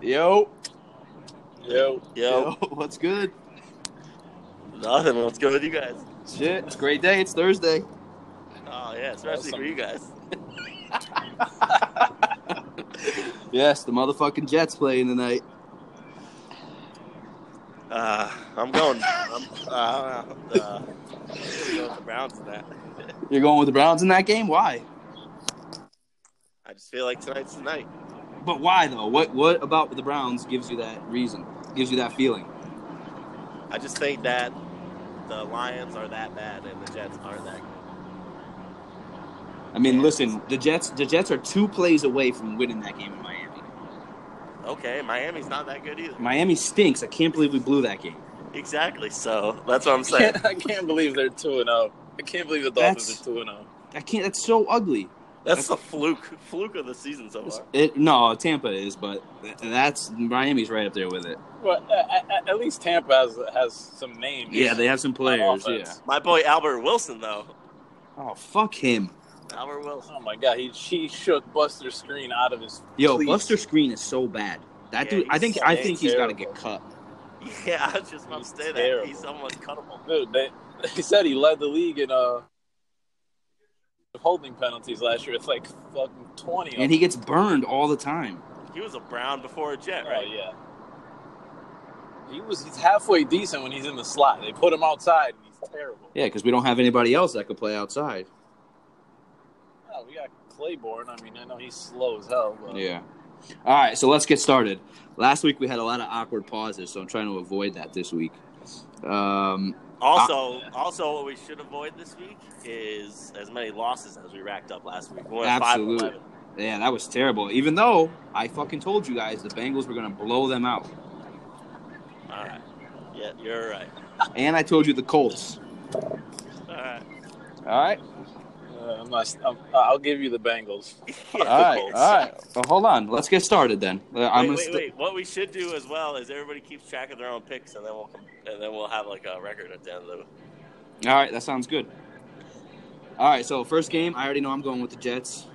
Yo, Yo, yo, Yo, what's good? nothing. What's good with you guys? Shit, it's a great day. It's Thursday. Oh yeah, especially for you guys. Yes, the motherfucking Jets playing tonight. Uh, I'm going. I'm, uh, I don't know. Uh, I'm gonna go with the Browns in that. You're going with the Browns in that game? Why? I just feel like tonight's the night. But why though? What what about the Browns gives you that reason? Gives you that feeling? I just think that the Lions are that bad and the Jets aren't that. good. I mean, Yeah. listen, the Jets the Jets are two plays away from winning that game in Miami. Okay, Miami's not that good either. Miami stinks. I can't believe we blew that game. Exactly. So that's what I'm I saying. can't, I can't believe they're two and zero. I can't believe the Dolphins That's- are two and oh. zero. I can't. That's so ugly. That's the fluke, fluke of the season so far. It, no, Tampa is, but th- that's Miami's right up there with it. Well, at, at, at least Tampa has has some names. Yeah, they have some players. Yeah. offense. My boy Albert Wilson, though. Oh fuck him. Albert Wilson. Oh my god, he she shook Buster's screen out of his. Yo, cleats. Buster Screen is so bad. That Yeah, dude. I he's think so I think he's got to get terrible. cut. Yeah, I was just about to He's say that. terrible. He's someone cuttable. Dude, they, they said he led the league in uh holding penalties last year. It's like fucking twenty. of And he gets burned all the time. He was a Brown before a Jet, them. right? Oh, yeah. He was he's halfway decent when he's in the slot. They put him outside and he's terrible. Yeah, because we don't have anybody else that could play outside. Oh, we got Claiborne. I mean, I know he's slow as hell. But Yeah. All right, so let's get started. Last week we had a lot of awkward pauses, so I'm trying to avoid that this week. Um, Also, also, what we should avoid this week is as many losses as we racked up last week. We went Absolutely. 5-11. yeah, that was terrible. Even though I fucking told you guys the Bengals were going to blow them out, All right. Yeah, you're right. and I told you the Colts. All right. All right, Uh, I'm not, I'm, I'll give you the Bengals. all right, all right. Well, hold on, let's get started then. Uh, I'm Wait, gonna wait, st- wait. What we should do as well is everybody keeps track of their own picks, and then we'll come, and then we'll have like a record at the end of the. All right, that sounds good. All right, so first game, I already know I'm going with the Jets.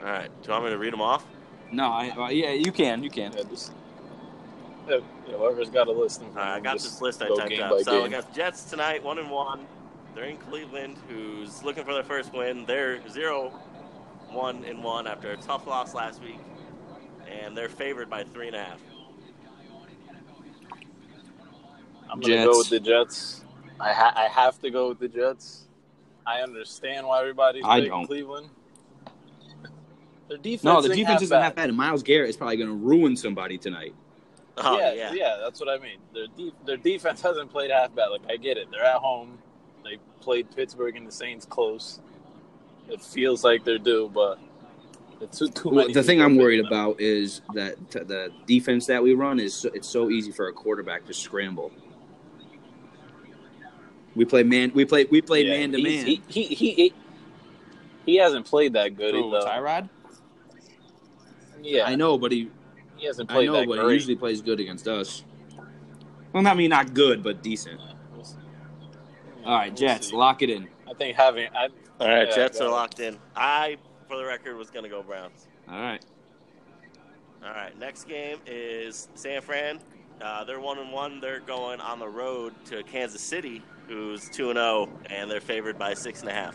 All right. Do you want me to read them off? No, I, uh, yeah, you can, you can. Yeah, just, yeah, yeah, whoever's got a list. in front All right, Uh, I of them, got just this list I go typed game up. by So I game. got the Jets tonight, one and one. They're in Cleveland, who's looking for their first win. They're zero, one and one after a tough loss last week, and they're favored by three and a half. I'm gonna Jets. go with the Jets. I ha- I have to go with the Jets. I understand why everybody's I picking don't. Cleveland. Their defense. No, the ain't defense half isn't bad. half bad, and Miles Garrett is probably going to ruin somebody tonight. Oh yeah, yeah, yeah, that's what I mean. Their de- their defense hasn't played half bad. Like I get it. They're at home. They played Pittsburgh and the Saints close. It feels like they're due, but it's too, too Well, many. the thing people I'm worried picking them. about is that t- the defense that we run is so, it's so easy for a quarterback to scramble. We play man. We play. We play Yeah, man to he's- man. He he, he he he hasn't played that good. Who, though. Tyrod. Yeah, I know, but he. he hasn't I played know, that but great. he usually plays good against us. Well, I mean, not good, but decent. We'll see. All right, We'll Jets, see. lock it in. I think having I, All right, Yeah, Jets got are it. locked in. I, for the record, was gonna go Browns. All right. All right, next game is San Fran. Uh, they're one and one. They're going on the road to Kansas City, who's two and zero, and they're favored by six and a half.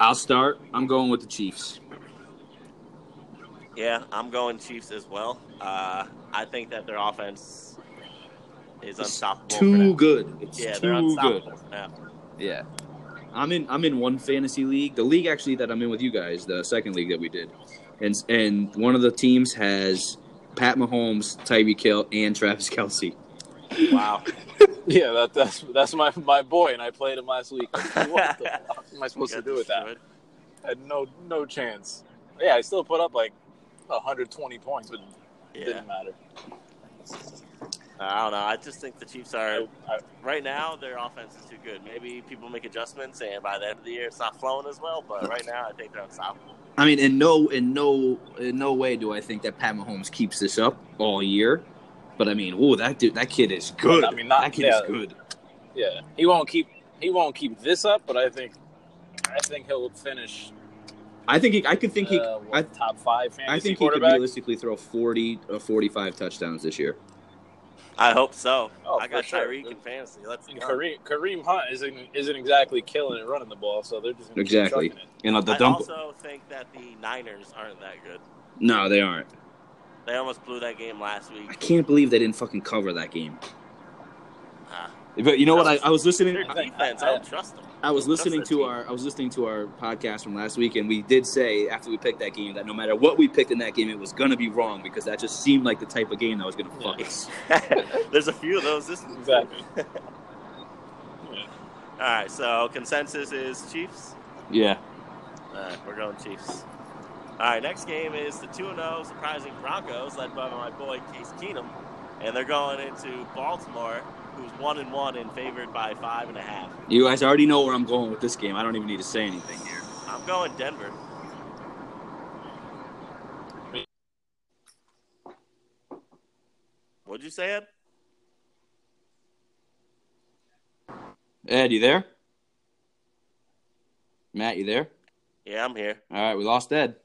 I'll start. I'm going with the Chiefs. Yeah, I'm going Chiefs as well. Uh, I think that their offense It's is unstoppable. for Too now. good. It's Yeah, they're too good. unstoppable. for now. Yeah. I'm in I'm in one fantasy league. The league actually that I'm in with you guys, the second league that we did. And and one of the teams has Pat Mahomes, Tyreek Hill, and Travis Kelsey. Wow. yeah, that, that's that's my my boy, and I played him last week. What the fuck am I supposed to Got do with that? destroyed. I had no no chance. Yeah, I still put up like 120 points, but it Yeah. didn't matter. I don't know. I just think the Chiefs are I, I, right now. Their offense is too good. Maybe people make adjustments, and by the end of the year, it's not flowing as well. But right now, I think they're unstoppable. I mean, in no in no in no way do I think that Pat Mahomes keeps this up all year. But I mean, oh, that dude, that kid is good. I mean, not- that kid yeah. is good. Yeah, he won't keep he won't keep this up, but I think I think he'll finish. I think he, I could think he. uh, what, I- top five fantasy I think he could quarterback. realistically throw 40 or 45 touchdowns this year. I hope so. Oh, I got for sure. Tyreek in fantasy. Let's And go. Kareem Kareem Hunt isn't isn't exactly killing it running the ball, so they're just gonna keep Exactly. chucking it. And uh, the I dump. also think that the Niners aren't that good. No, they aren't. They almost blew that game last I week. can't believe they didn't fucking cover that game. Ah, But you know what? I, I was listening. their defense, I, "Uh-uh." don't trust them. I was Don't trust listening their to team. our I was listening to our podcast from last week, and we did say after we picked that game that no matter what we picked in that game, it was gonna be wrong because that just seemed like the type of game that was gonna Yeah. fuck us. There's a few of those this week. Exactly. All right, so consensus is Chiefs. Yeah, All right, we're going Chiefs. All right, next game is the 2 0 surprising Broncos, led by my boy Case Keenum. And they're going into Baltimore, who's 1 and 1 and favored by 5.5. you guys already know where I'm going with this game. I don't even need to say anything here. I'm going Denver. What'd you say, Ed? Ed, you there? Matt, you there? Yeah, I'm here. All right, we lost Ed.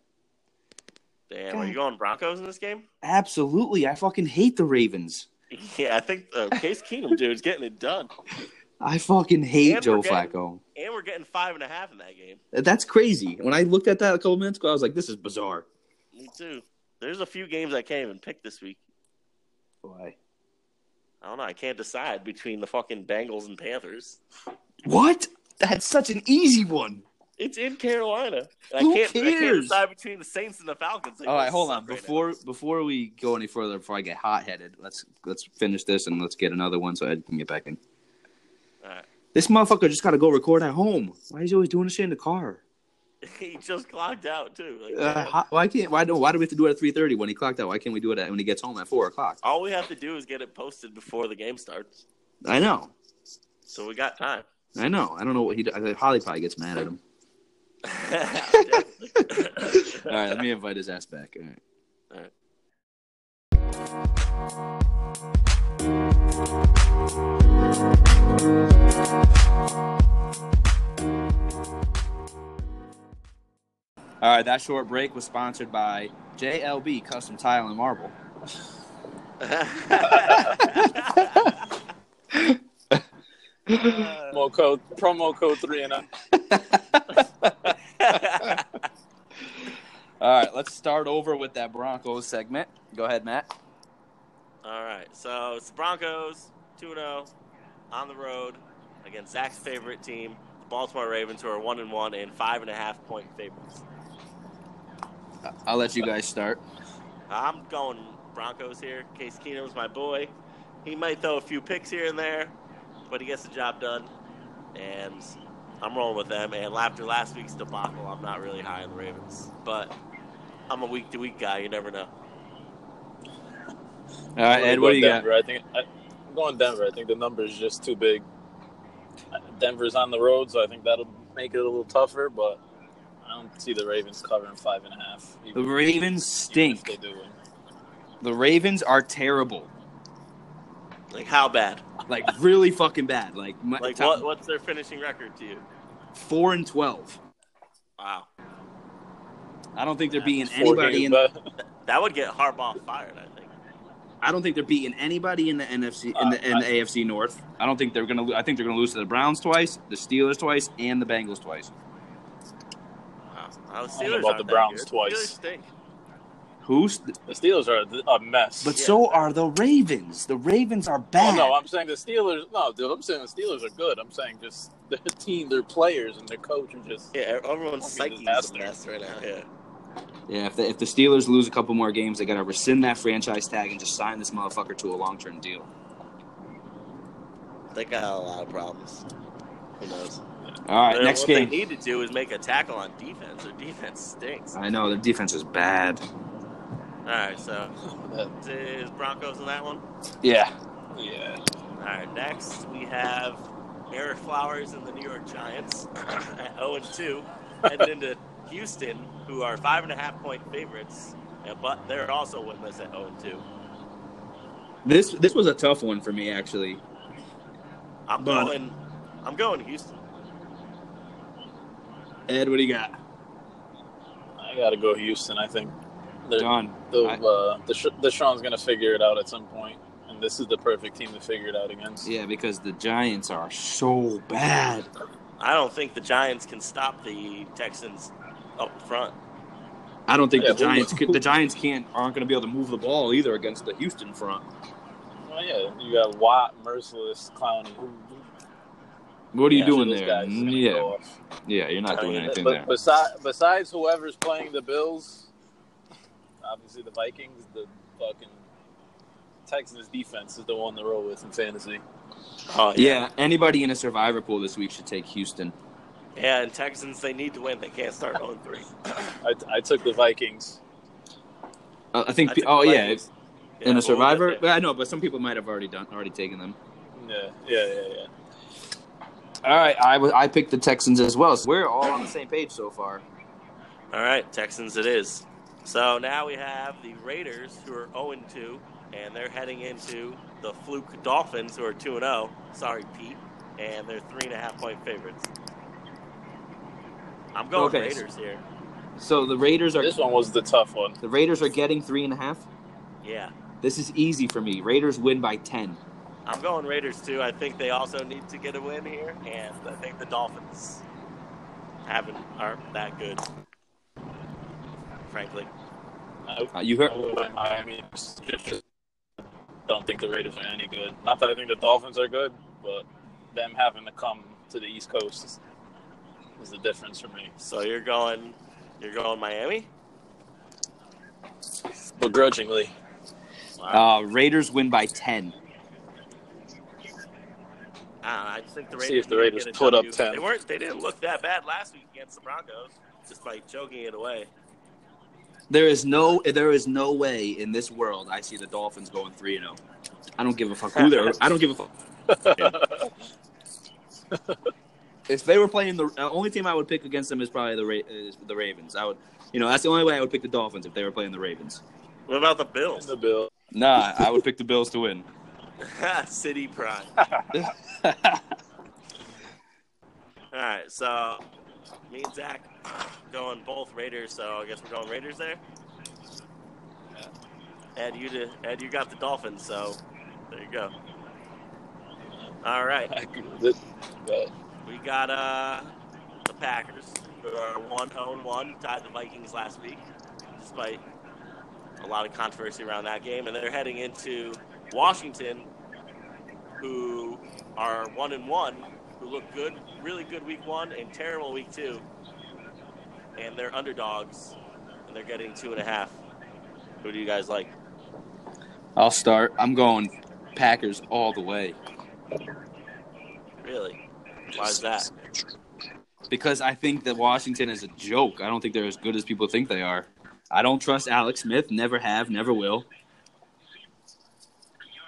Damn, are you going Broncos in this game? Absolutely, I fucking hate the Ravens. Yeah, I think uh, Case Keenum dude's getting it done, I fucking hate And Joe we're getting- Flacco. and we're getting five and a half in that game. That's crazy. When I looked at that a couple minutes ago, I was like, "This is bizarre." Me too. There's a few games I can't even pick this week. Why? I don't know. I can't decide between the fucking Bengals and Panthers. What? That's such an easy one. It's in Carolina. And Who I can't, I can't cares? decide between the Saints and the Falcons. They All right, both hold suck on. right now. Before before we go any further, before I get hot headed, let's let's finish this and let's get another one so Ed can get back in. All right. This motherfucker just got to go record at home. Why is he always doing this shit in the car? he just clocked out too. Like, Uh, ho- why can't why do why do we have to do it at three thirty when he clocked out? Why can't we do it at, when he gets home at four o'clock? all we have to do is get it posted before the game starts, I know, so we got time. I know. I don't know what he. do- I think Holly probably gets mad at him. All right, let me invite his ass back. All right. All right. All right, that short break was sponsored by JLB Custom Tile and Marble. Uh, Promo code promo code three and up. All right, let's start over with that Broncos segment. Go ahead, Matt. All right, so it's the Broncos, 2 0, on the road against Zach's favorite team, the Baltimore Ravens, who are 1 and 1 and 5.5 point favorites. I'll let you guys start. I'm going Broncos here. Case Keenum's my boy. He might throw a few picks here and there, but he gets the job done. And I'm rolling with them. And after last week's debacle, I'm not really high on the Ravens. But I'm a week to week guy. You never know. All right, Ed, what do you got? Denver. I think I, I'm going Denver. I think the number is just too big. Denver's on the road, so I think that'll make it a little tougher. But I don't see the Ravens covering five and a half. The even- Ravens even if stink. They do win. The Ravens are terrible. Like, how bad? Like really fucking bad. Like, my, Like, top- what, what's their finishing record to you? four and twelve. Wow. I don't think they're beating Four anybody games in. back. That would get Harbaugh fired, I think. I don't think they're beating anybody in the NFC in the, in the AFC North. I don't think they're gonna. lo- I think they're gonna lose to the Browns twice, the Steelers twice, and the Bengals twice. Wow. Wow, the I don't Steelers know about aren't the that Browns good. twice. Steelers stink. Who's? The Steelers are a mess. But so are the Ravens. The Ravens are Oh, bad. no, I'm saying the Steelers. No, dude, I'm saying the Steelers are good. I'm saying just their team, their players, and their coach are just. Yeah, everyone's Fucking psyche is a disaster. mess right now. Yeah. Yeah, if the, if the Steelers lose a couple more games, they got to rescind that franchise tag and just sign this motherfucker to a long term deal. They got a lot of problems. Who knows? All right, But next what game. they need to do is make a tackle on defense. Their defense stinks. All I know their defense is bad. right, so That, is Broncos in that one. Yeah. yeah. All right, next we have Eric Flowers and the New York Giants at 0 and 2, heading into Houston, who are oh five and a half point favorites, uh, but they're also winless at 0 and 2. This this was a tough one for me actually. I'm But- going. I'm going Houston. Ed, what do you got? I gotta go Houston. I think the John. the I- uh, the, Sh- the Sean's gonna figure it out at some point, and this is the perfect team to figure it out against. Yeah, because the Giants are so bad. I don't think the Giants can stop the Texans up front. I don't think Yeah, the who- Giants could, the Giants can't aren't going to be able to move the ball either against the Houston front. Well, yeah, you got Watt, merciless, clowny. What are you Yeah, doing those there? guys are gonna yeah, go off. yeah, you're not I doing mean, anything But there. besides, besides whoever's playing the Bills, obviously the Vikings, the fucking Texans defense is the one to roll with in fantasy. Oh yeah, anybody in a survivor pool this week should take Houston. Yeah, and Texans they need to win. They can't start 0 3. I, I took the Vikings. Uh, I think. pe- oh yeah, in a survivor. Yeah, I know, but some people might have already done already taken them. Yeah, yeah, yeah, yeah. All right, I w- I picked the Texans as well. So we're all on the same page so far. All right, Texans it is. So now we have the Raiders who are 0 2, and they're heading into the fluke Dolphins who are 2 0. Sorry, Pete. And they're 3.5 point favorites. I'm going Okay. Raiders here. So the Raiders are This one was the tough one. the Raiders are getting three and a half. Yeah. This is easy for me. Raiders win by ten. I'm going Raiders too. I think they also need to get a win here, and I think the Dolphins haven't aren't that good, frankly. I, Uh, you I heard? would- I mean, just, just don't think the Raiders are any good. Not that I think the Dolphins are good, but them having to come to the East Coast is, is the difference for me. So you're going, you're going Miami. Begrudgingly, Wow. Uh, Raiders win by ten. Uh, I just think the Raiders see if need the to Raiders get a put up W. 10. They weren't. They didn't look that bad last week against the Broncos, just by choking it away. There is no there is no way in this world I see the Dolphins going three and zero. I don't give a fuck who they're. I don't give a fuck. If they were playing the uh, only team I would pick against them is probably the Ra- is the Ravens. I would, you know, that's the only way I would pick the Dolphins if they were playing the Ravens. What about the in Bills? the Bill. Nah, I would pick the Bills to win. City Prime. All right, so me and Zach going both Raiders, so I guess we're going Raiders there. Ed, you did, Ed, you got the Dolphins, so there you go. All right, we got uh the Packers who are one own one, tied the Vikings last week, despite a lot of controversy around that game, and they're heading into Washington, who are one and one, who look good, really good week one and terrible week two, and they're underdogs, and they're getting two and a half. Who do you guys like? I'll start. I'm going Packers all the way Really? Why's that? because I think that Washington is a joke. I don't think they're as good as people think they are. I don't trust Alex Smith. Never have. Never will.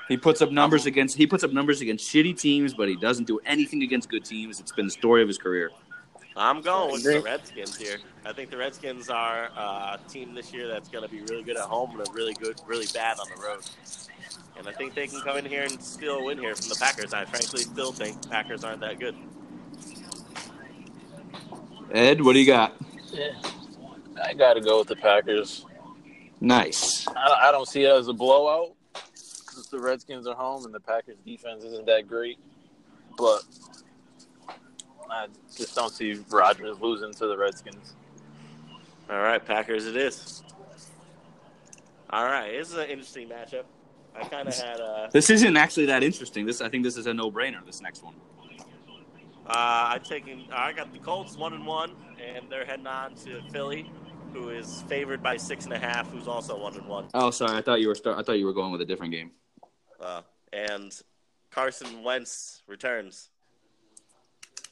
He puts up numbers against he puts up numbers against shitty teams, but he doesn't do anything against good teams. It's been the story of his career. I'm going with the Redskins here. I think the Redskins are uh, a team this year that's going to be really good at home and really good, really bad on the road. And I think they can come in here and still win here from the Packers. I frankly still think Packers aren't that good. Ed, what do you got? I gotta go with the Packers. Nice. I, I don't see it as a blowout because the Redskins are home and the Packers defense isn't that great. But I just don't see Rodgers losing to the Redskins. All right, Packers it is. All right, this is an interesting matchup. I kind of had uh, This isn't actually that interesting. This I think this is a no-brainer. This next one. uh, I taking I got the Colts one and one, and they're heading on to Philly, who is favored by six and a half, who's also one and one. Oh, sorry. I thought you were start. I thought you were going with a different game. Uh, and Carson Wentz returns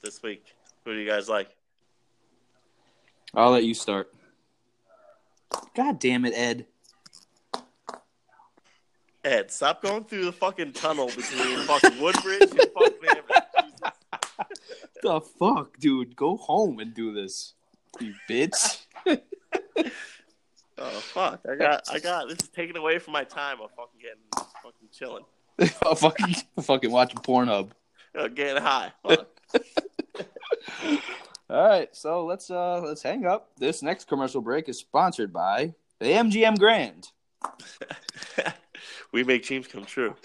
this week. Who do you guys like? I'll let you start. God damn it, Ed. Ed, stop going through the fucking tunnel between fucking Woodbridge and fucking Amherst. The fuck, dude. Go home and do this. You bitch. Oh fuck! I got, I got. This is taken away from my time. I'm fucking getting Fucking chilling. fucking, fucking watching Pornhub. You know, Uh, getting high. Fuck. All right, so let's uh let's hang up. This next commercial break is sponsored by the MGM Grand. we make dreams come true.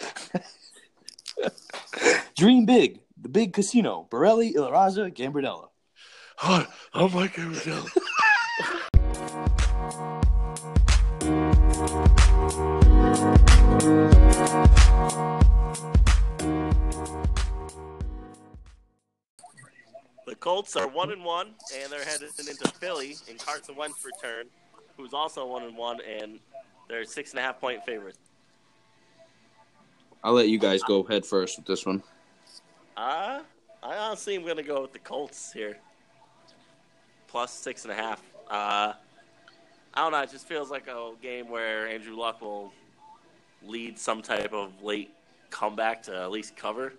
Dream big, the big casino, Borelli, Il Raza, Gambardella. oh my god. The Colts are one and one, and they're headed into Philly in Carson Wentz return, who's also one and one, and they're six and a half point favorites. I'll let you guys go head first with this one. Uh, I honestly am going to go with the Colts here. Plus six and a half. Uh, I don't know. It just feels like a game where Andrew Luck will lead some type of late comeback to at least cover.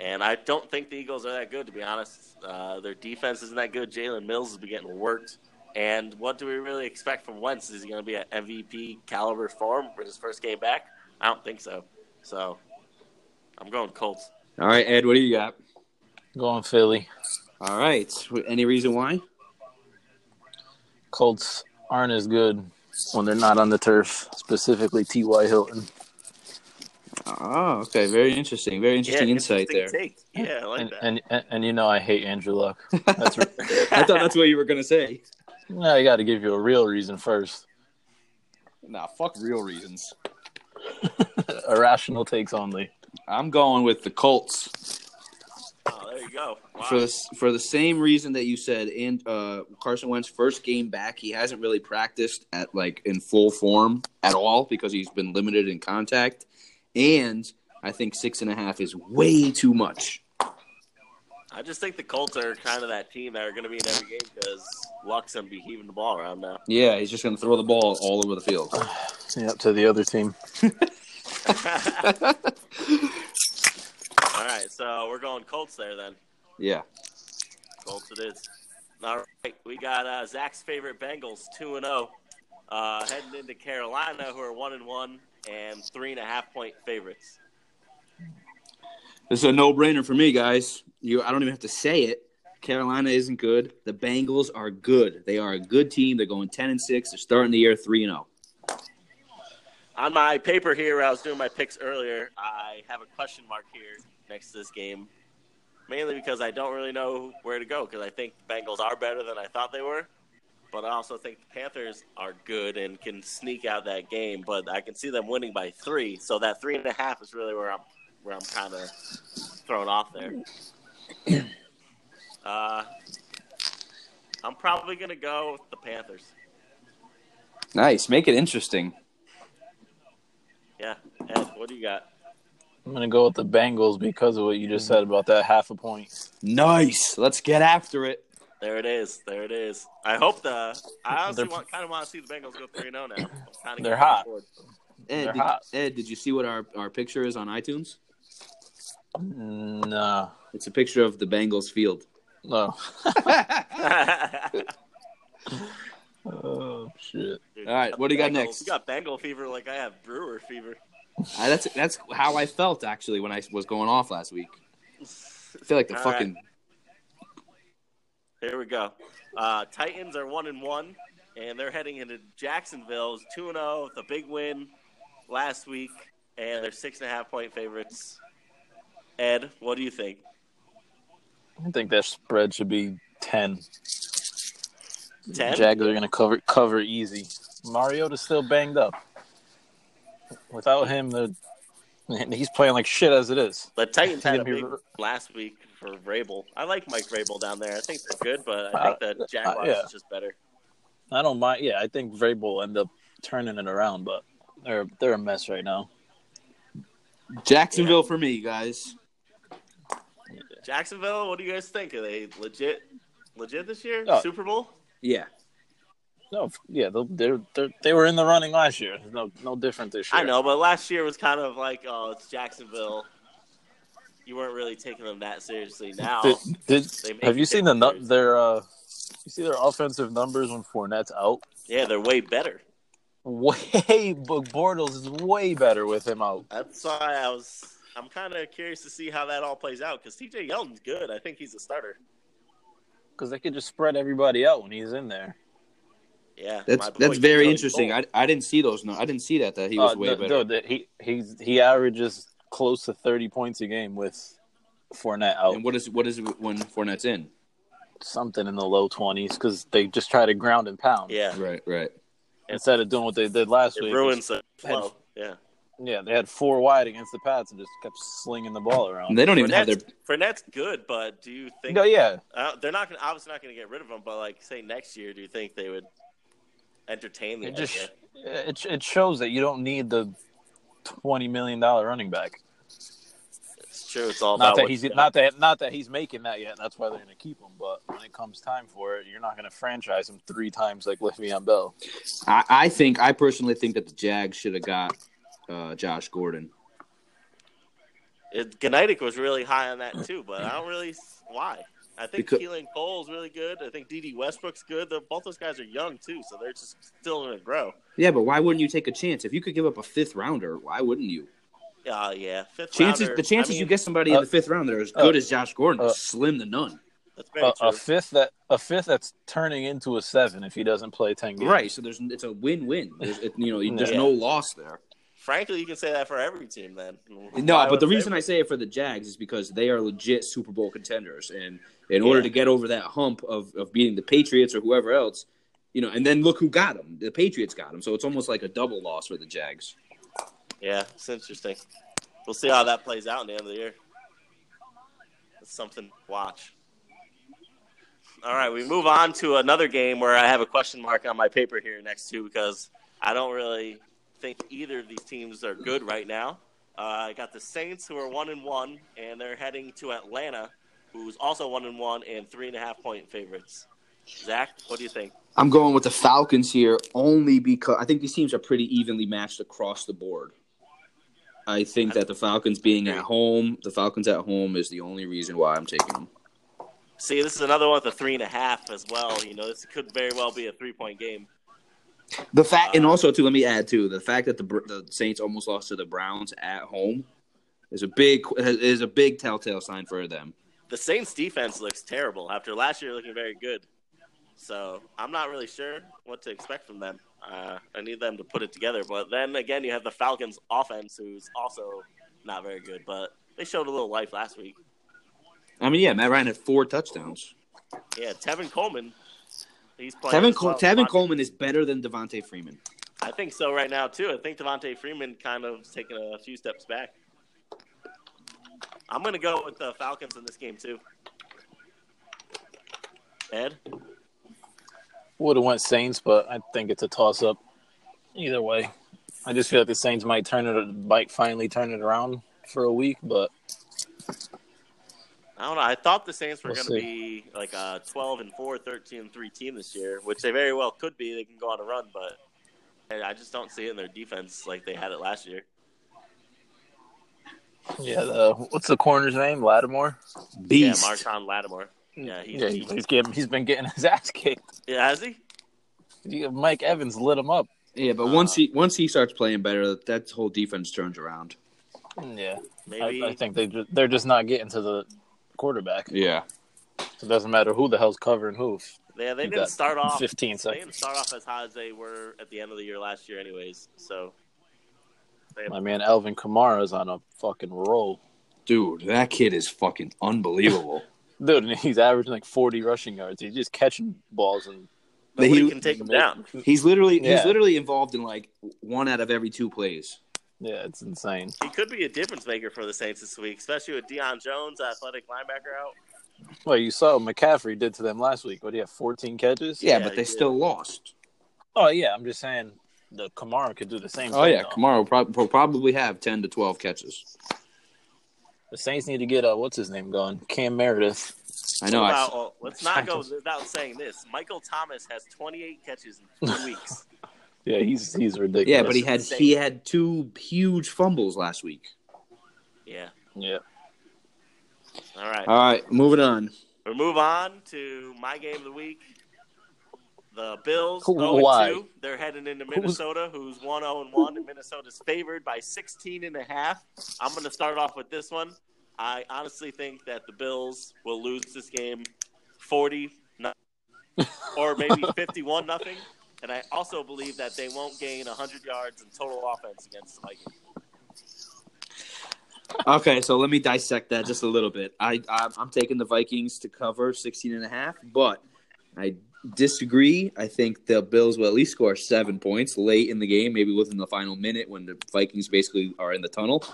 And I don't think the Eagles are that good, to be honest. Uh, their defense isn't that good. Jalen Mills has been getting worked. And what do we really expect from Wentz? Is he going to be at MVP caliber form for his first game back? I don't think so. So I'm going Colts. All right, Ed, what do you got? Going Philly. All right. Any reason why? Colts aren't as good when they're not on the turf, specifically T.Y. Hilton. Oh, okay. Very interesting. Very interesting insight there. Take. Yeah, I like And, that. and and and you know I hate Andrew Luck. That's re- I thought that's what you were gonna say. no, I got to give you a real reason first. Nah, fuck real reasons. Irrational takes only. I'm going with the Colts oh, there you go. Wow. for this for the same reason that you said and uh, Carson Wentz first game back he hasn't really practiced at like in full form at all because he's been limited in contact and I think six and a half is way too much I just think the Colts are kind of that team that are going to be in every game because Luck's going to be heaving the ball around now. yeah he's just gonna throw the ball all over the field Yep, to the other team. All right, so we're going Colts there then. yeah Colts it is. All right, we got uh, Zach's favorite Bengals two and zero, heading into Carolina, who are one and one and three and a half point favorites. this is a no brainer for me guys you I don't even have to say it Carolina isn't good the Bengals are good they are a good team they're going ten and six they're starting the year three and oh. zero On my paper here, where I was doing my picks earlier, I have a question mark here next to this game, mainly because I don't really know where to go because I think the Bengals are better than I thought they were, but I also think the Panthers are good and can sneak out that game. But I can see them winning by three, so that three and a half is really where I'm where I'm kind of thrown off there. Uh, I'm probably gonna go with the Panthers. nice make it interesting Yeah, Ed, what do you got? I'm gonna go with the Bengals because of what you just said about that half a point. nice let's get after it. There it is. There it is. I hope the. I honestly They're- want, kind of want to see the Bengals go three zero now. I'm kinda They're getting hot. bored. Ed, They're did, hot. Ed, did you see what our, our picture is on iTunes? Nah, It's a picture of the Bengals field. Uh, no. All Oh shit. Dude, All right, what do you got Bengals- next? You got Bengal fever, like I have Brewer fever. I, that's that's how I felt actually when I was going off last week. I feel like the All fucking Here we go. Uh, Titans are one and one, and they're heading into Jacksonville. It's two and zero with a big win last week, and they're six and a half point favorites. Ed, what do you think? I think that spread should be ten. Ten. Jags are gonna cover cover easy. Mariota's still banged up. Without him, the he's playing like shit as it is. the Titans had a He's big gonna be- last week for Rabel. I like Mike Rabel down there. I think they're good, but Uh, I think the Jaguars yeah. is just better. I don't mind. Yeah, I think Vrabel will end up turning it around, but they're they're a mess right now. Jacksonville for me, guys. Jacksonville, what do you guys think? Are they legit? Legit this year? Oh. Super Bowl? Yeah, No, yeah, they'll- they're, they're they were in the running last year. There's No, no different this year. I know, but last year was kind of like, oh, it's Jacksonville. You weren't really taking them that seriously. Now, Did, did- They make have you it seen the nu- dangerous. their uh, you see their offensive numbers when Fournette's out? yeah, they're way better. way, but Bortles is way better with him out. That's why I was. I'm kind of curious to see how that all plays out because T.J. Yeldon's good. I think he's a starter. because they could just spread everybody out when he's in there. Yeah, That's my boy that's very Keaton. interesting. I, I didn't see those. No, I didn't see that. That he was Uh, way no, better. no, that he he's he averages close to thirty points a game with Fournette out, And what is what is it when Fournette's in? something in the low twenties because they just try to ground and pound. Yeah, Right, right. instead of doing what they did last it week. ruins the Had- flow. Yeah, Yeah, they had four wide against the Pats and just kept slinging the ball around. And they don't even have their. Fournette's, Fournette's good, but do you think no, yeah, uh, they're not? Gonna, obviously, not going to get rid of him. But like, say next year, do you think they would entertain the it just idea? it it shows that you don't need the twenty million dollar running back. It's true. It's all Not about that what he's you got. not that not that he's making that yet. That's why they're going to keep him. But when it comes time for it, you're not going to franchise him three times like Le'Veon Bell. I, I think I personally think that the Jags should have got uh, Josh Gordon. It, Gnetic was really high on that too, but I don't really s- why. I think Because- Keelan Cole's really good. I think D.D. Westbrook's good. They're, both those guys are young too, so they're just still going to grow. Yeah, but why wouldn't you take a chance if you could give up a fifth rounder? Why wouldn't you? Yeah, uh, yeah. Fifth Chances rounder, the chances I mean, you get somebody uh, in the fifth round that are as uh, good as Josh Gordon uh, is slim to none. That's very A, true. a fifth that a fifth that's turning into a seven if he doesn't play ten games. Right, so there's it's a win-win. There's, it, you know, there's Yeah. no loss there. Frankly, you can say that for every team then. No, but the reason I say it for the Jags is because they are legit Super Bowl contenders, and in order Yeah. to get over that hump of, of beating the Patriots or whoever else, you know, and then look who got them. The Patriots got them, so it's almost like a double loss for the Jags. yeah, it's interesting. We'll see how that plays out in the end of the year. It's something to watch. All right, we move on to another game where I have a question mark on my paper here next to because I don't really think either of these teams are good right now. Uh, I got the Saints who are one and one, and they're heading to Atlanta, who's also one and one and three and a half point favorites. Zach, what do you think? I'm going with the Falcons here only because I think these teams are pretty evenly matched across the board. I think that the Falcons being at home, the Falcons at home is the only reason why I'm taking them. See, this is another one with a three and a half as well. You know, this could very well be a three point game. The fact, and also too, let me add too, the fact that the Br- the Saints almost lost to the Browns at home is a big is a big telltale sign for them. The Saints defense looks terrible after last year looking very good. So I'm not really sure what to expect from them. Uh, I need them to put it together. But then again, you have the Falcons offense, who's also not very good, but they showed a little life last week. I mean, yeah, Matt Ryan had four touchdowns. Yeah, Tevin Coleman. He's playing. Tevin, as Col- well. Tevin Devon- Coleman is better than Devontae Freeman. I think so right now too. I think Devontae Freeman kind of is taking a few steps back. I'm gonna go with the Falcons in this game too. Ed, Would have went Saints, but I think it's a toss up. Either way, I just feel like the Saints might turn it might finally turn it around for a week, but I don't know. I thought the Saints were We'll gonna be like a 12 and 4, 13 and 3 team this year, which they very well could be. They can go on a run, but I just don't see it in their defense like they had it last year. yeah. The, what's the corner's name? Lattimore. Beast. Yeah, Marshawn Lattimore. Yeah, he's, yeah, he's, he's getting he's been getting his ass kicked. yeah, has he? Yeah, Mike Evans lit him up. yeah, but once he once he starts playing better, that whole defense turns around. Yeah, Maybe I, I think they ju- they're just not getting to the quarterback. Yeah, It doesn't matter who the hell's covering who. yeah, they You didn't got start off 15 They didn't seconds. start off as high as they were at the end of the year last year, anyways. So they My man Alvin Kamara is on a fucking roll. dude, that kid is fucking unbelievable. Dude, and he's averaging like 40 rushing yards. He's just catching balls and nobody he- can take them down. He's literally he's Yeah. literally involved in like one out of every two plays. Yeah, it's insane. He could be a difference maker for the Saints this week, especially with Deion Jones, athletic linebacker out. Well, you saw what McCaffrey did to them last week. What do you have? 14 catches? Yeah, Yeah, but they he did. still lost. Oh, yeah. I'm just saying the Kamara could do the same Oh thing. yeah, though. Kamara will prob- will probably have ten to twelve catches. The Saints need to get, uh, what's his name going? Cam Meredith. I know. What I, about- well, let's not go without saying this. Michael Thomas has 28 catches in two weeks. Yeah, he's he's ridiculous. yeah, but he That's had insane. he had two huge fumbles last week. Yeah. Yeah. All right. All right, moving on. We move on to my game of the week. The Bills Who- 0 why? 2. They're heading into Minnesota, who's 1 0 1. And Minnesota's favored by 16 and a half. I'm going to start off with this one. I honestly think that the Bills will lose this game 40 no- or maybe 51 nothing. And I also believe that they won't gain 100 yards in total offense against the Vikings. Okay, so let me dissect that just a little bit. I I'm, I'm taking the Vikings to cover 16 and a half, but I disagree. I think the Bills will at least score 7 points late in the game, maybe within the final minute when the Vikings basically are in the tunnel.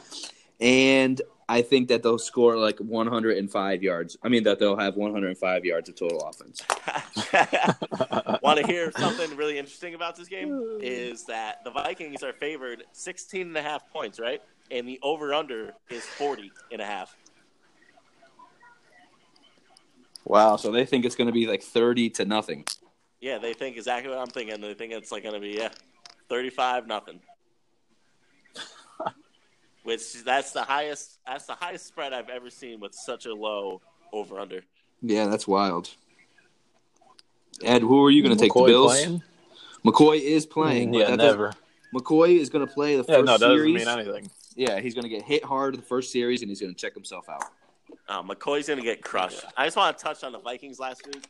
And I think that they'll score like 105 yards. I mean that they'll have 105 yards of total offense. Want to hear something really interesting about this game? Is that the Vikings are favored 16 and a half points, right? And the over under is 40 and a half. Wow, so they think it's going to be like 30 to nothing. Yeah, they think exactly what I'm thinking. They think it's like going to be, yeah, 35 nothing. Which that's the highest that's the highest spread I've ever seen with such a low over under. Yeah, that's wild. Ed, who are you going to take? The Bills. Mm, playing? Mm, McCoy is playing. but Yeah, that doesn't- never. McCoy is going to play the first Yeah, no, that doesn't series. mean anything. yeah, he's going to get hit hard the first series, and he's going to check himself out. Uh, McCoy's going to get crushed. I just want to touch on the Vikings last week.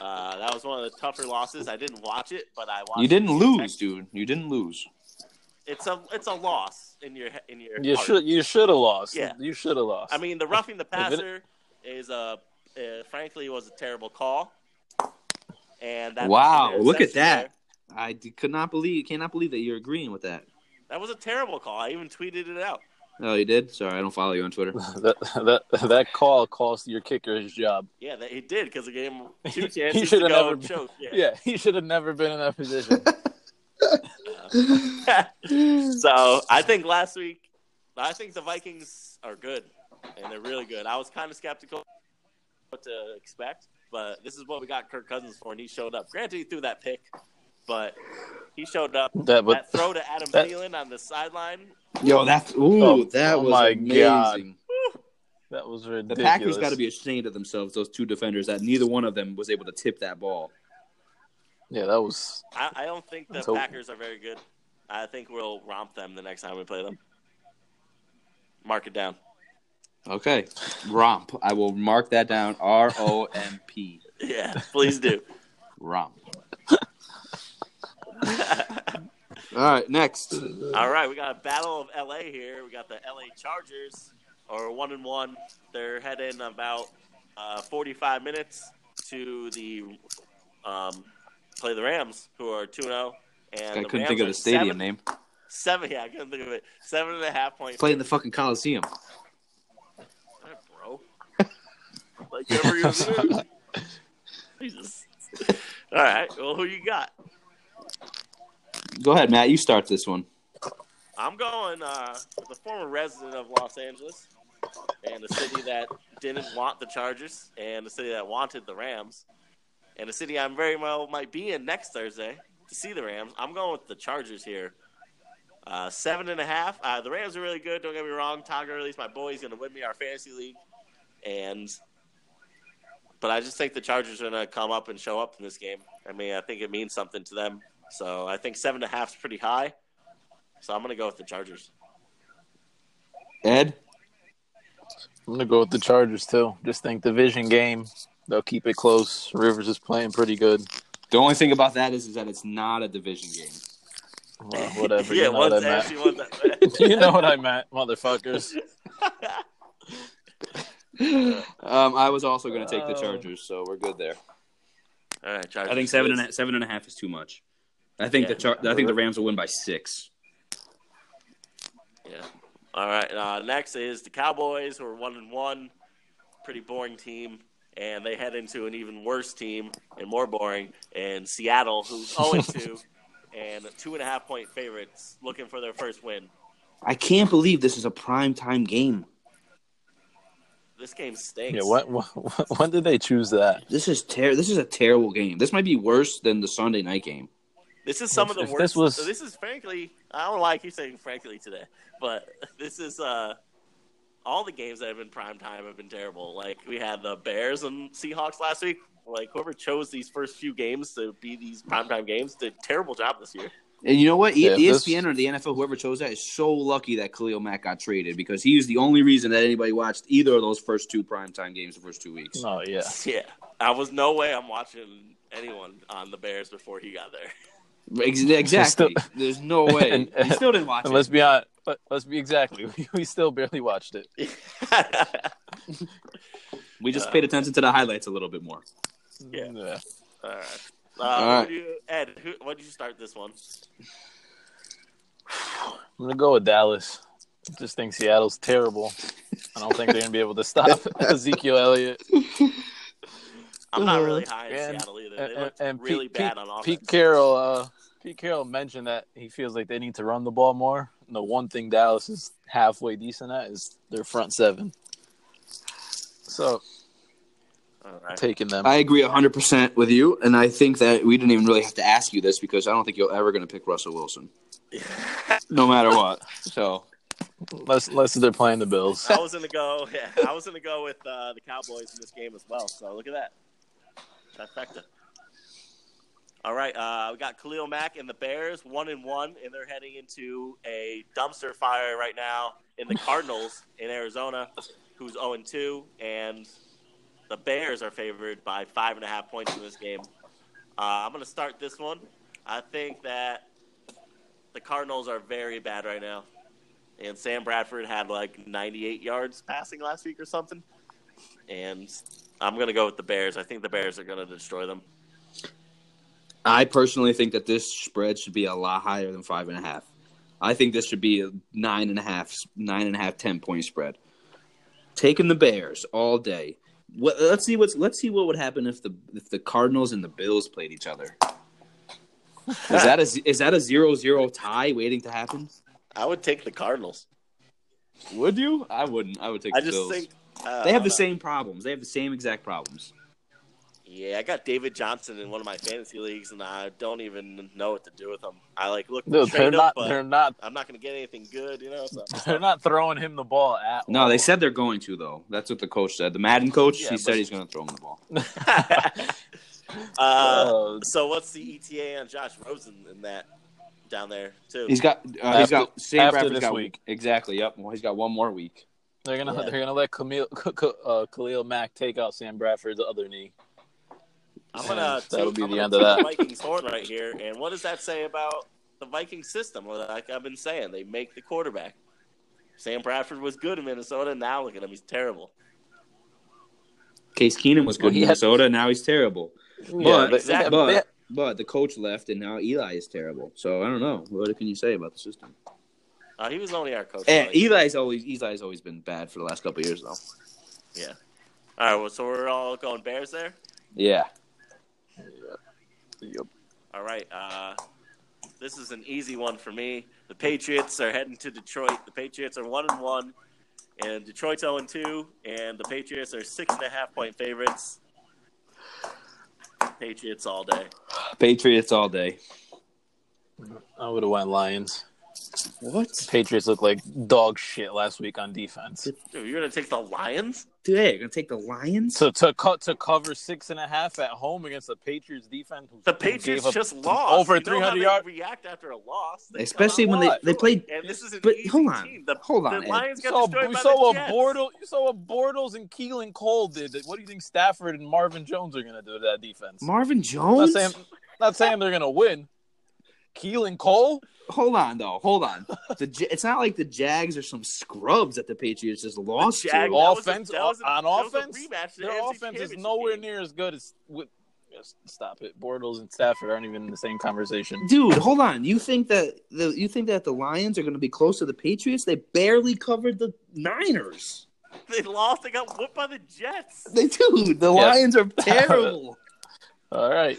Uh, that was one of the tougher losses. I didn't watch it, but I watched. You didn't the lose, Texans- dude. You didn't lose. It's a it's a loss in your in your. You heart. should you should have lost. Yeah. You should have lost. I mean, the roughing the If it- passer is a uh, frankly was a terrible call. And that Wow, look at interception that. there, I d- could not believe, cannot believe that you're agreeing with that. that was a terrible call. I even tweeted it out. Oh, you did? Sorry, I don't follow you on Twitter. that that that call cost your kicker his job. Yeah, that he did because it gave him two He chances to should've go never and choke. Yeah. Yeah, he should have never been in that position. so I think last week, I think the Vikings are good, and they're really good. I was kind of skeptical what to expect, but this is what we got Kirk Cousins for, and he showed up. Granted, he threw that pick, but he showed up. that but that throw to Adam that- Thielen on the sideline. Yo, that's ooh, Oh, that oh was my amazing. God. that was The ridiculous. Packers got to be ashamed of themselves. Those two defenders, that neither one of them was able to tip that ball. Yeah, that was I, I don't think the Let's hope. Packers are very good. I think we'll romp them the next time we play them. Mark it down. Okay, romp. I will mark that down. R O M P. Yeah, please do. Romp. All right, next. All right, we got a battle of LA here. We got the LA Chargers, or one and one. They're heading about uh, 45 minutes to the um, play the Rams, who are 2 0. And I the couldn't Rams think of are the stadium seven, name. Seven, yeah, I couldn't think of it. Seven and a half point. Playing the fucking Coliseum. Alright, bro. like whatever you do. Jesus. All right. Well, who you got? Go ahead, Matt. You start this one. I'm going uh, with a former resident of Los Angeles and a city that didn't want the Chargers and a city that wanted the Rams and a city I'm very well might be in next Thursday to see the Rams. I'm going with the Chargers here. Uh, seven and a half. Uh, the Rams are really good. Don't get me wrong. Todd Gurley's my boy. He's going to win me our fantasy league. And but I just think the Chargers are going to come up and show up in this game. I mean, I think it means something to them. So I think seven and a half is pretty high. So I'm going to go with the Chargers. Ed. I'm gonna go with the Chargers too. Just think division game. They'll keep it close. Rivers is playing pretty good. The only thing about that is, is that it's not a division game. Well, whatever. yeah, you know what I one's meant. Ashley, one's you know what I meant, motherfuckers. Um, I was also going to take the Oh. Chargers, so we're good there. All right, Chargers. I think seven and a, seven and a half is too much. I think the Yeah. Char- I think the Rams will win by six. Yeah. All right. Uh, next is the Cowboys, who are one and one, pretty boring team, and they head into an even worse team and more boring, and Seattle, who's zero and two, and two and a half point favorites, looking for their first win. I can't believe this is a prime time game. This game stinks. Yeah, when, when, when did they choose that? This is ter- This is a terrible game. This might be worse than the Sunday night game. This is some of the If- if worst. this This, was- is frankly, I don't like you saying frankly today, but this is uh, all the games that have been prime time have been terrible. Like we had the Bears and Seahawks last week. Like whoever chose these first few games to be these prime time games did a terrible job this year. And you know what? E- Yeah, this- ESPN or the NFL, whoever chose that, is so lucky that Khalil Mack got traded because he was the only reason that anybody watched either of those first two primetime games the first two weeks. Oh yeah. Yeah, I was no way I'm watching anyone on the Bears before he got there. Ex- Exactly. There's no way. And- he still didn't watch And it. let's be on. let- Let's be exactly. We, we still barely watched it. We just paid attention to the highlights a little bit more. Yeah. yeah. All right. Uh, All right. Who do you, Ed, who, why did you start this one? I'm gonna go with Dallas. I just think Seattle's terrible. I don't think they're gonna be able to stop Ezekiel Elliott. I'm not Uh, really high in and- Seattle either. They And, looked and really Pete, bad Pete, on offense. Pete Carroll. Uh, Pete Carroll mentioned that he feels like they need to run the ball more. And the one thing Dallas is halfway decent at is their front seven. So All right. taking them. I agree 100% with you. And I think that we didn't even really have to ask you this because I don't think you're ever going to pick Russell Wilson, no matter what. So, Unless, unless they're playing the Bills. I was gonna go. Yeah, I was gonna go with uh, the Cowboys in this game as well. So look at that trifecta. All right, uh, we got Khalil Mack and the Bears one and one, and they're heading into a dumpster fire right now in the Cardinals in Arizona, who's zero and two, and the Bears are favored by five and a half points in this game. Uh, I'm gonna start this one. I think that the Cardinals are very bad right now and Sam Bradford had like 98 yards passing last week or something. And I'm gonna go with the Bears. I think the Bears are gonna destroy them. I personally think that this spread should be a lot higher than five and a half. I think this should be a nine and a half, nine and a half, ten point spread. Taking the Bears all day. What, let's see what's let's see what would happen if the if the Cardinals and the Bills played each other. Is that a is that a zero zero tie waiting to happen? I would take the Cardinals. Would you? I wouldn't. I would take. I the just Bills. think uh, they I have don't the know. same problems. They have the same exact problems. Yeah, I got David Johnson in one of my fantasy leagues, and I don't even know what to do with him. I like look No, to trade they're him, not. but They're not. I'm not gonna get anything good, you know. So They're not throwing him the ball at. No, all. they said they're going to though. That's what the coach said. The Madden coach, Yeah, he but- said he's going to throw him the ball. uh, Uh, so what's the ETA on Josh Rosen in that down there too? He's got. Uh, he's got. Sam after Bradford's this got week. Exactly. Yep. Well, he's got one more week. They're gonna Yeah. they're gonna let Camille, K- K- uh, Khalil Mack take out Sam Bradford's other knee. I'm gonna And that'll toot- be I'm the gonna end of toot that. the Vikings horn right here. And what does that say about the Viking system? Well, Like I've been saying, they make the quarterback. Sam Bradford was good in Minnesota. Now look at him; he's terrible. Case Keenum was Well, good he in had- Minnesota. Now he's terrible. Yeah, but they- they have- but they have- but the coach left, and now Eli is terrible. So I don't know. What can you say about the system? Uh, he was only our coach. Eh, like- Eli's always Eli's always been bad for the last couple of years though. all right, well, so we're all going Bears there. Yeah. Yep. All right, uh, this is an easy one for me. The Patriots are heading to Detroit. The Patriots are one and one, and Detroit's zero and two, and the Patriots are six and a half point favorites. Patriots all day. Patriots all day. I would have went Lions. What? Patriots looked like dog shit last week on defense. Dude, you're gonna take the Lions? Today you're gonna take the Lions? So to cut to cover six and a half at home against the Patriots defense. who- The who Patriots gave up just lost. over You know 300 how they yard- React after a loss, They come Especially out when they, Why? they played. And this is an But easy hold on. team. The, Hold the on, Ed. Lions You got saw, destroyed you by saw the what Jets. Bortles, you saw what Bortles and Keelan Cole did. What do you think Stafford and Marvin Jones are going to do to that defense? Marvin I'm not Jones. saying, not saying they're going to win. Keelan Cole, Hold on though. Hold on. The J- it's not like the Jags are some scrubs that the Patriots just lost Jag- to. that was a- Offense, that was a- on that was a offense, rematch to the their NFC offense is Championship nowhere game. near as good as. With, just stop it. Bortles and Stafford aren't even in the same conversation. Dude, hold on. You think that the you think that the Lions are going to be close to the Patriots? They barely covered the Niners. They lost. They got whipped by the Jets. They dude, the Yeah. Lions are terrible. All right.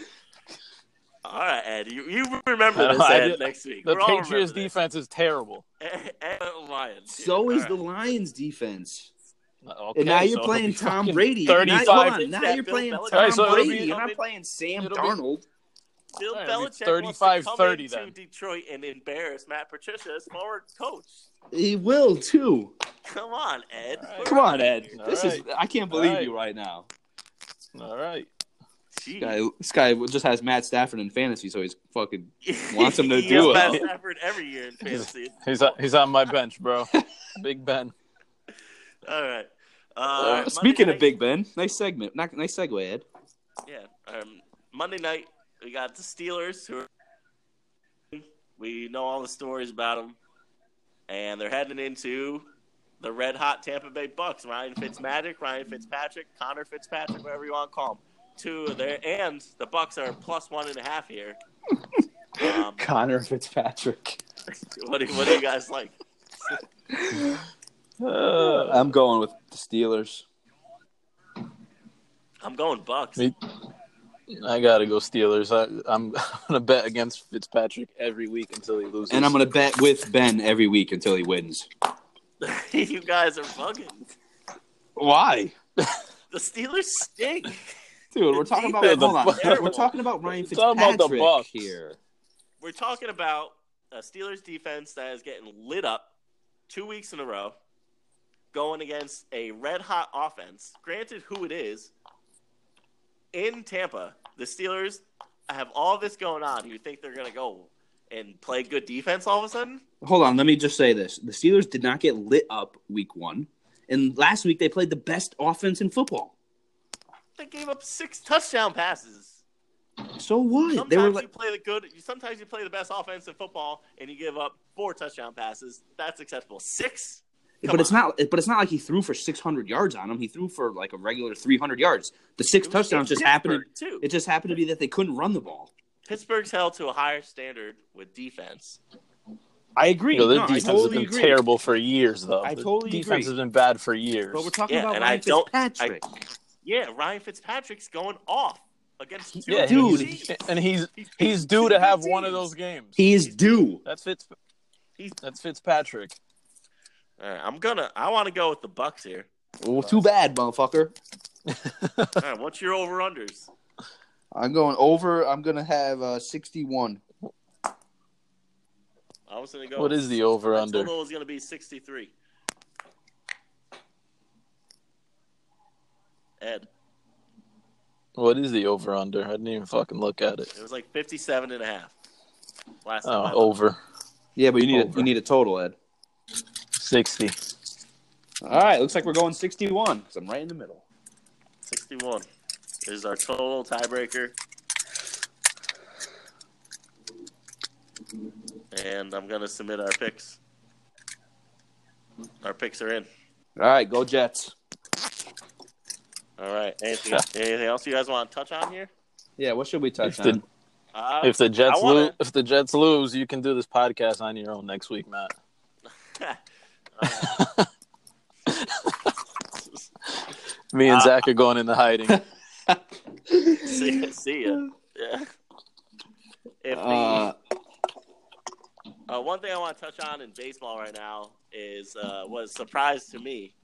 All right, Ed, you, you remember this I Ed, do- next week. The We're all Patriots remember this. defense is terrible. Ed, Ed, and Lions. so is the All Lions defense. Okay, And now so you're it'll playing be Tom fucking Brady. Now- hold 35 on. Now, That you're Bill playing Belichick- Tom Alright, so it'll Brady. be- you're not it'll be- playing Sam it'll be- Darnold. Bill All right, it'll be Belichick 35, 35, 35-30 to then. Detroit and embarrass Matt Patricia as former coach. He will too. Come on, Ed. All right. We're Come on, Ed. All this is I can't All believe right. you right now. All right. This Jeez. guy, this guy just has Matt Stafford in fantasy, so he's fucking. wants him to He do has it. Matt Stafford every year in fantasy. He's on, he's on my bench, bro. Big Ben. All right. Uh, Monday Speaking of night- Big Ben, nice segment, Not- nice segue, Ed. Yeah. Um, Monday night, we got the Steelers, who are. We know all the stories about them. And they're heading into the red hot Tampa Bay Bucks. Ryan Fitzmagic, Ryan Fitzpatrick, Connor Fitzpatrick, whatever you want to call them. Two of their. And the Bucks are plus one and a half here. Um, Connor Fitzpatrick. what, do, what do you guys like? Uh, I'm going with the Steelers. I'm going Bucks. Me- I gotta go Steelers. I, I'm gonna bet against Fitzpatrick every week until he loses. And I'm gonna bet with Ben every week until he wins. you guys are bugging. Why? The Steelers stink. Dude, we're talking about Defense hold on. is terrible. We're talking about Ryan We're talking about Fitzpatrick the Bucks. here. We're talking about a Steelers defense that is getting lit up two weeks in a row, going against a red hot offense. Granted, who it is in Tampa, the Steelers have all this going on. You think they're going to go and play good defense all of a sudden? Hold on, let me just say this: the Steelers did not get lit up week one, and last week they played the best offense in football. They gave up six touchdown passes. So what? Sometimes they were you like, play the good. Sometimes you play the best offense in football, and you give up four touchdown passes. That's acceptable. Six. but it's not. But it's not like he threw for 600 yards on him. He threw for like a regular 300 yards. The six It was touchdowns just against happened. Pittsburgh, too. It just happened to be that they couldn't run the ball. Pittsburgh's held to a higher standard with defense. I agree. You know, their No, I defense totally has been agree. terrible for years, though. I Their totally defense agree. has been bad for years. But we're talking Yeah, about and Ryan I don't- Fitzpatrick. Yeah, Ryan Fitzpatrick's going off against two yeah, Dude. dude, teams. and he's He's- he's due to have one of those games. he is due. That's Fitz. He's- That's Fitzpatrick. All right, I'm gonna. I want to go with the Bucks here. Well, too bad, motherfucker. All right, what's your over unders? I'm going over. I'm going to have uh, 61. I was gonna go. What is the over my under? Total is gonna be 63. Ed, What is the over under? I didn't even fucking look at it. it was like 57 and a half. Last Oh, time. over Yeah, but you need Over. a, you need a total, Ed. sixty. All right, looks like we're going 61 because I'm right in the middle. 61 is our total tiebreaker. And I'm going to submit our picks. Our picks are in. All right, go Jets. All right. Anything, anything else you guys want to touch on here? Yeah, what should we touch If the, on? Uh, if the Jets I wanna- lose, if the Jets lose, you can do this podcast on your own next week, Matt. Uh, Me and Uh, Zach are going into hiding. see, see ya. Yeah. If the, Uh, Uh, one thing I want to touch on in baseball right now is uh, was a surprise to me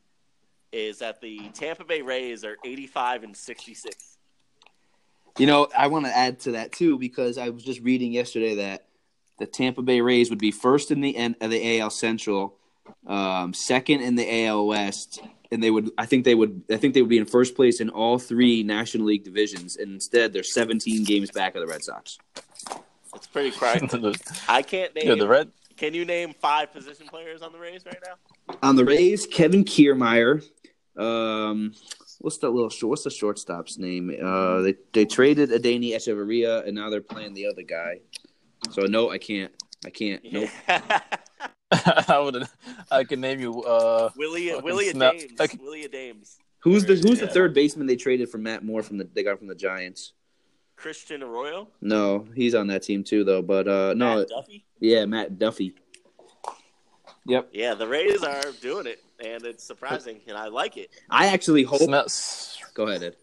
is that the Tampa Bay Rays are 85 and 66. you know, I want to add to that too because I was just reading yesterday that the Tampa Bay Rays would be first in the end of the AL Central, um, second in the AL West, and they would. I think they would. I think they would be in first place in all three National League divisions. And instead, they're 17 games back of the Red Sox. It's pretty crazy. the, I can't name. yeah, the Red. Can you name five position players on the Rays right now? On the Rays, Kevin Kiermeyer. Um, what's that little short? What's the shortstop's name? Uh, they they traded Adani Echeverria, and now they're playing the other guy. So no, I can't. I can't. Nope. I would. I can name you. Uh, Willie Fucking Willie snap. Dames. Okay. Willie Dames. Who's the Who's Yeah. the third baseman they traded for Matt Moore from the they got from the Giants? Christian Arroyo. No, he's on that team too, though. But uh, no, Matt Duffy. yeah, Matt Duffy. Yep. Yeah, the Rays are doing it, and it's surprising, and I like it. I actually hope. Snell, Go ahead, Ed.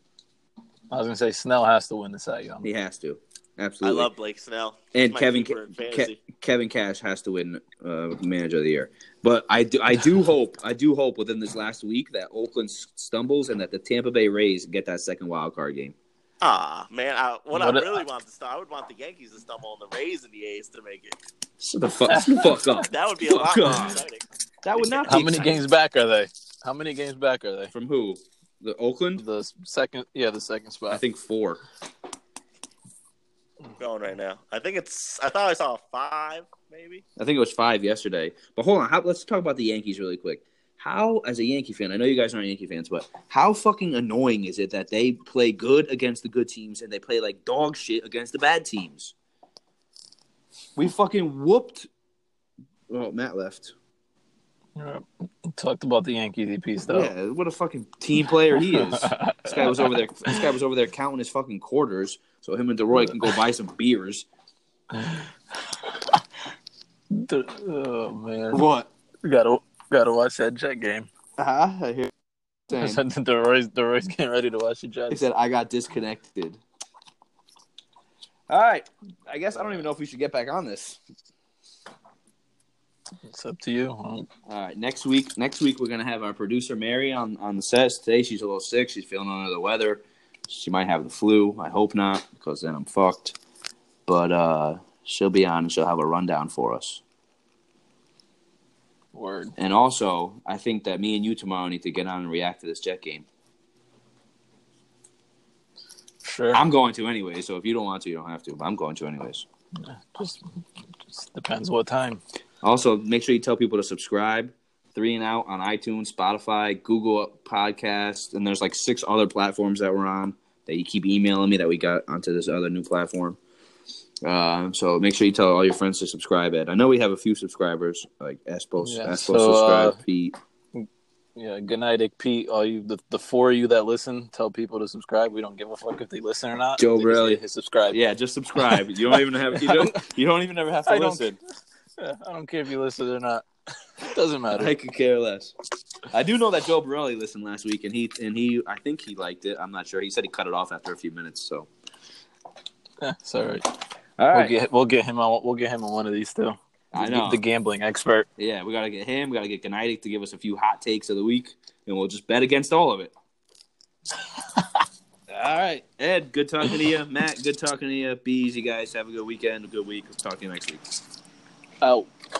I was gonna say Snell has to win the Cy Young. He has to. I Absolutely. love Blake Snell. He's and my Kevin keeper in Ke- fantasy. Kevin Cash has to win uh, manager of the year. But I do I do hope I do hope within this last week that Oakland s- stumbles and that the Tampa Bay Rays get that second wild card game. Ah, man, I, what, What I a- really want to stop, I would want the Yankees to stumble and the Rays and the A's to make it. Shut the fuck, shut the fuck up. That would be a lot Fuck more off. exciting. That would not. How be many exciting. games back are they? How many games back are they? From who? The Oakland? The second, yeah, the second spot. I think four. I'm going right now. I think it's. I thought I saw five, maybe. I think it was five yesterday. But hold on, how, let's talk about the Yankees really quick. How, as a Yankee fan, I know you guys aren't Yankee fans, but how fucking annoying is it that they play good against the good teams and they play like dog shit against the bad teams? We fucking whooped. Well, Matt left. Yeah. Talked about the Yankees EP stuff. Yeah, what a fucking team player he is. this guy was over there. This guy was over there counting his fucking quarters, so him and DeRoy can go buy some beers. oh man, What? gotta gotta watch that Jet game. Uh-huh, Huh? I hear. I Saying. said that the Roy's the Roy's getting ready to watch the Jets. He said, I got disconnected. All right. I guess I don't even know if we should get back on this. it's up to you. Um, All right, next week. Next week we're gonna have our producer Mary on on the set. Today she's a little sick. She's feeling under the weather. She might have the flu. I hope not, because then I'm fucked. But uh, she'll be on and she'll have a rundown for us. Word. And also, I think that me and you tomorrow need to get on and react to this Jet game. Sure. I'm going to anyway, so if you don't want to, you don't have to. But I'm going to anyways. Just, just depends what time. Also, make sure you tell people to subscribe. Three and out on iTunes, Spotify, Google Podcast, and there's like six other platforms that we're on that you keep emailing me that we got onto this other new platform. Uh, so make sure you tell all your friends to subscribe. Ed, I know we have a few subscribers like Espo, Yeah, Espo so, uh, subscribe, Pete. Yeah. Good night, Ick Pete. All you, the, the four of you that listen, tell people to subscribe. We don't give a fuck if they listen or not. Joe They just Braley. hit subscribe. Yeah, just subscribe. You don't even have you don't you don't even ever have to I don't- listen. Yeah, I don't care if you listen or not. Doesn't matter. I could care less. I do know that Joe Borelli listened last week, and he and he I think he liked it. I'm not sure. He said he cut it off after a few minutes. So Eh, it's all right. all We'll get we'll get him on we'll get him on one of these too. I The- know. the gambling expert. Yeah, we gotta get him. We gotta get Gennady to give us a few hot takes of the week, and we'll just bet against all of it. all right, Ed. Good talking to you, Matt. Good talking to you. Be easy, guys. Have a good weekend. A good week. Let's talk to you next week. Out.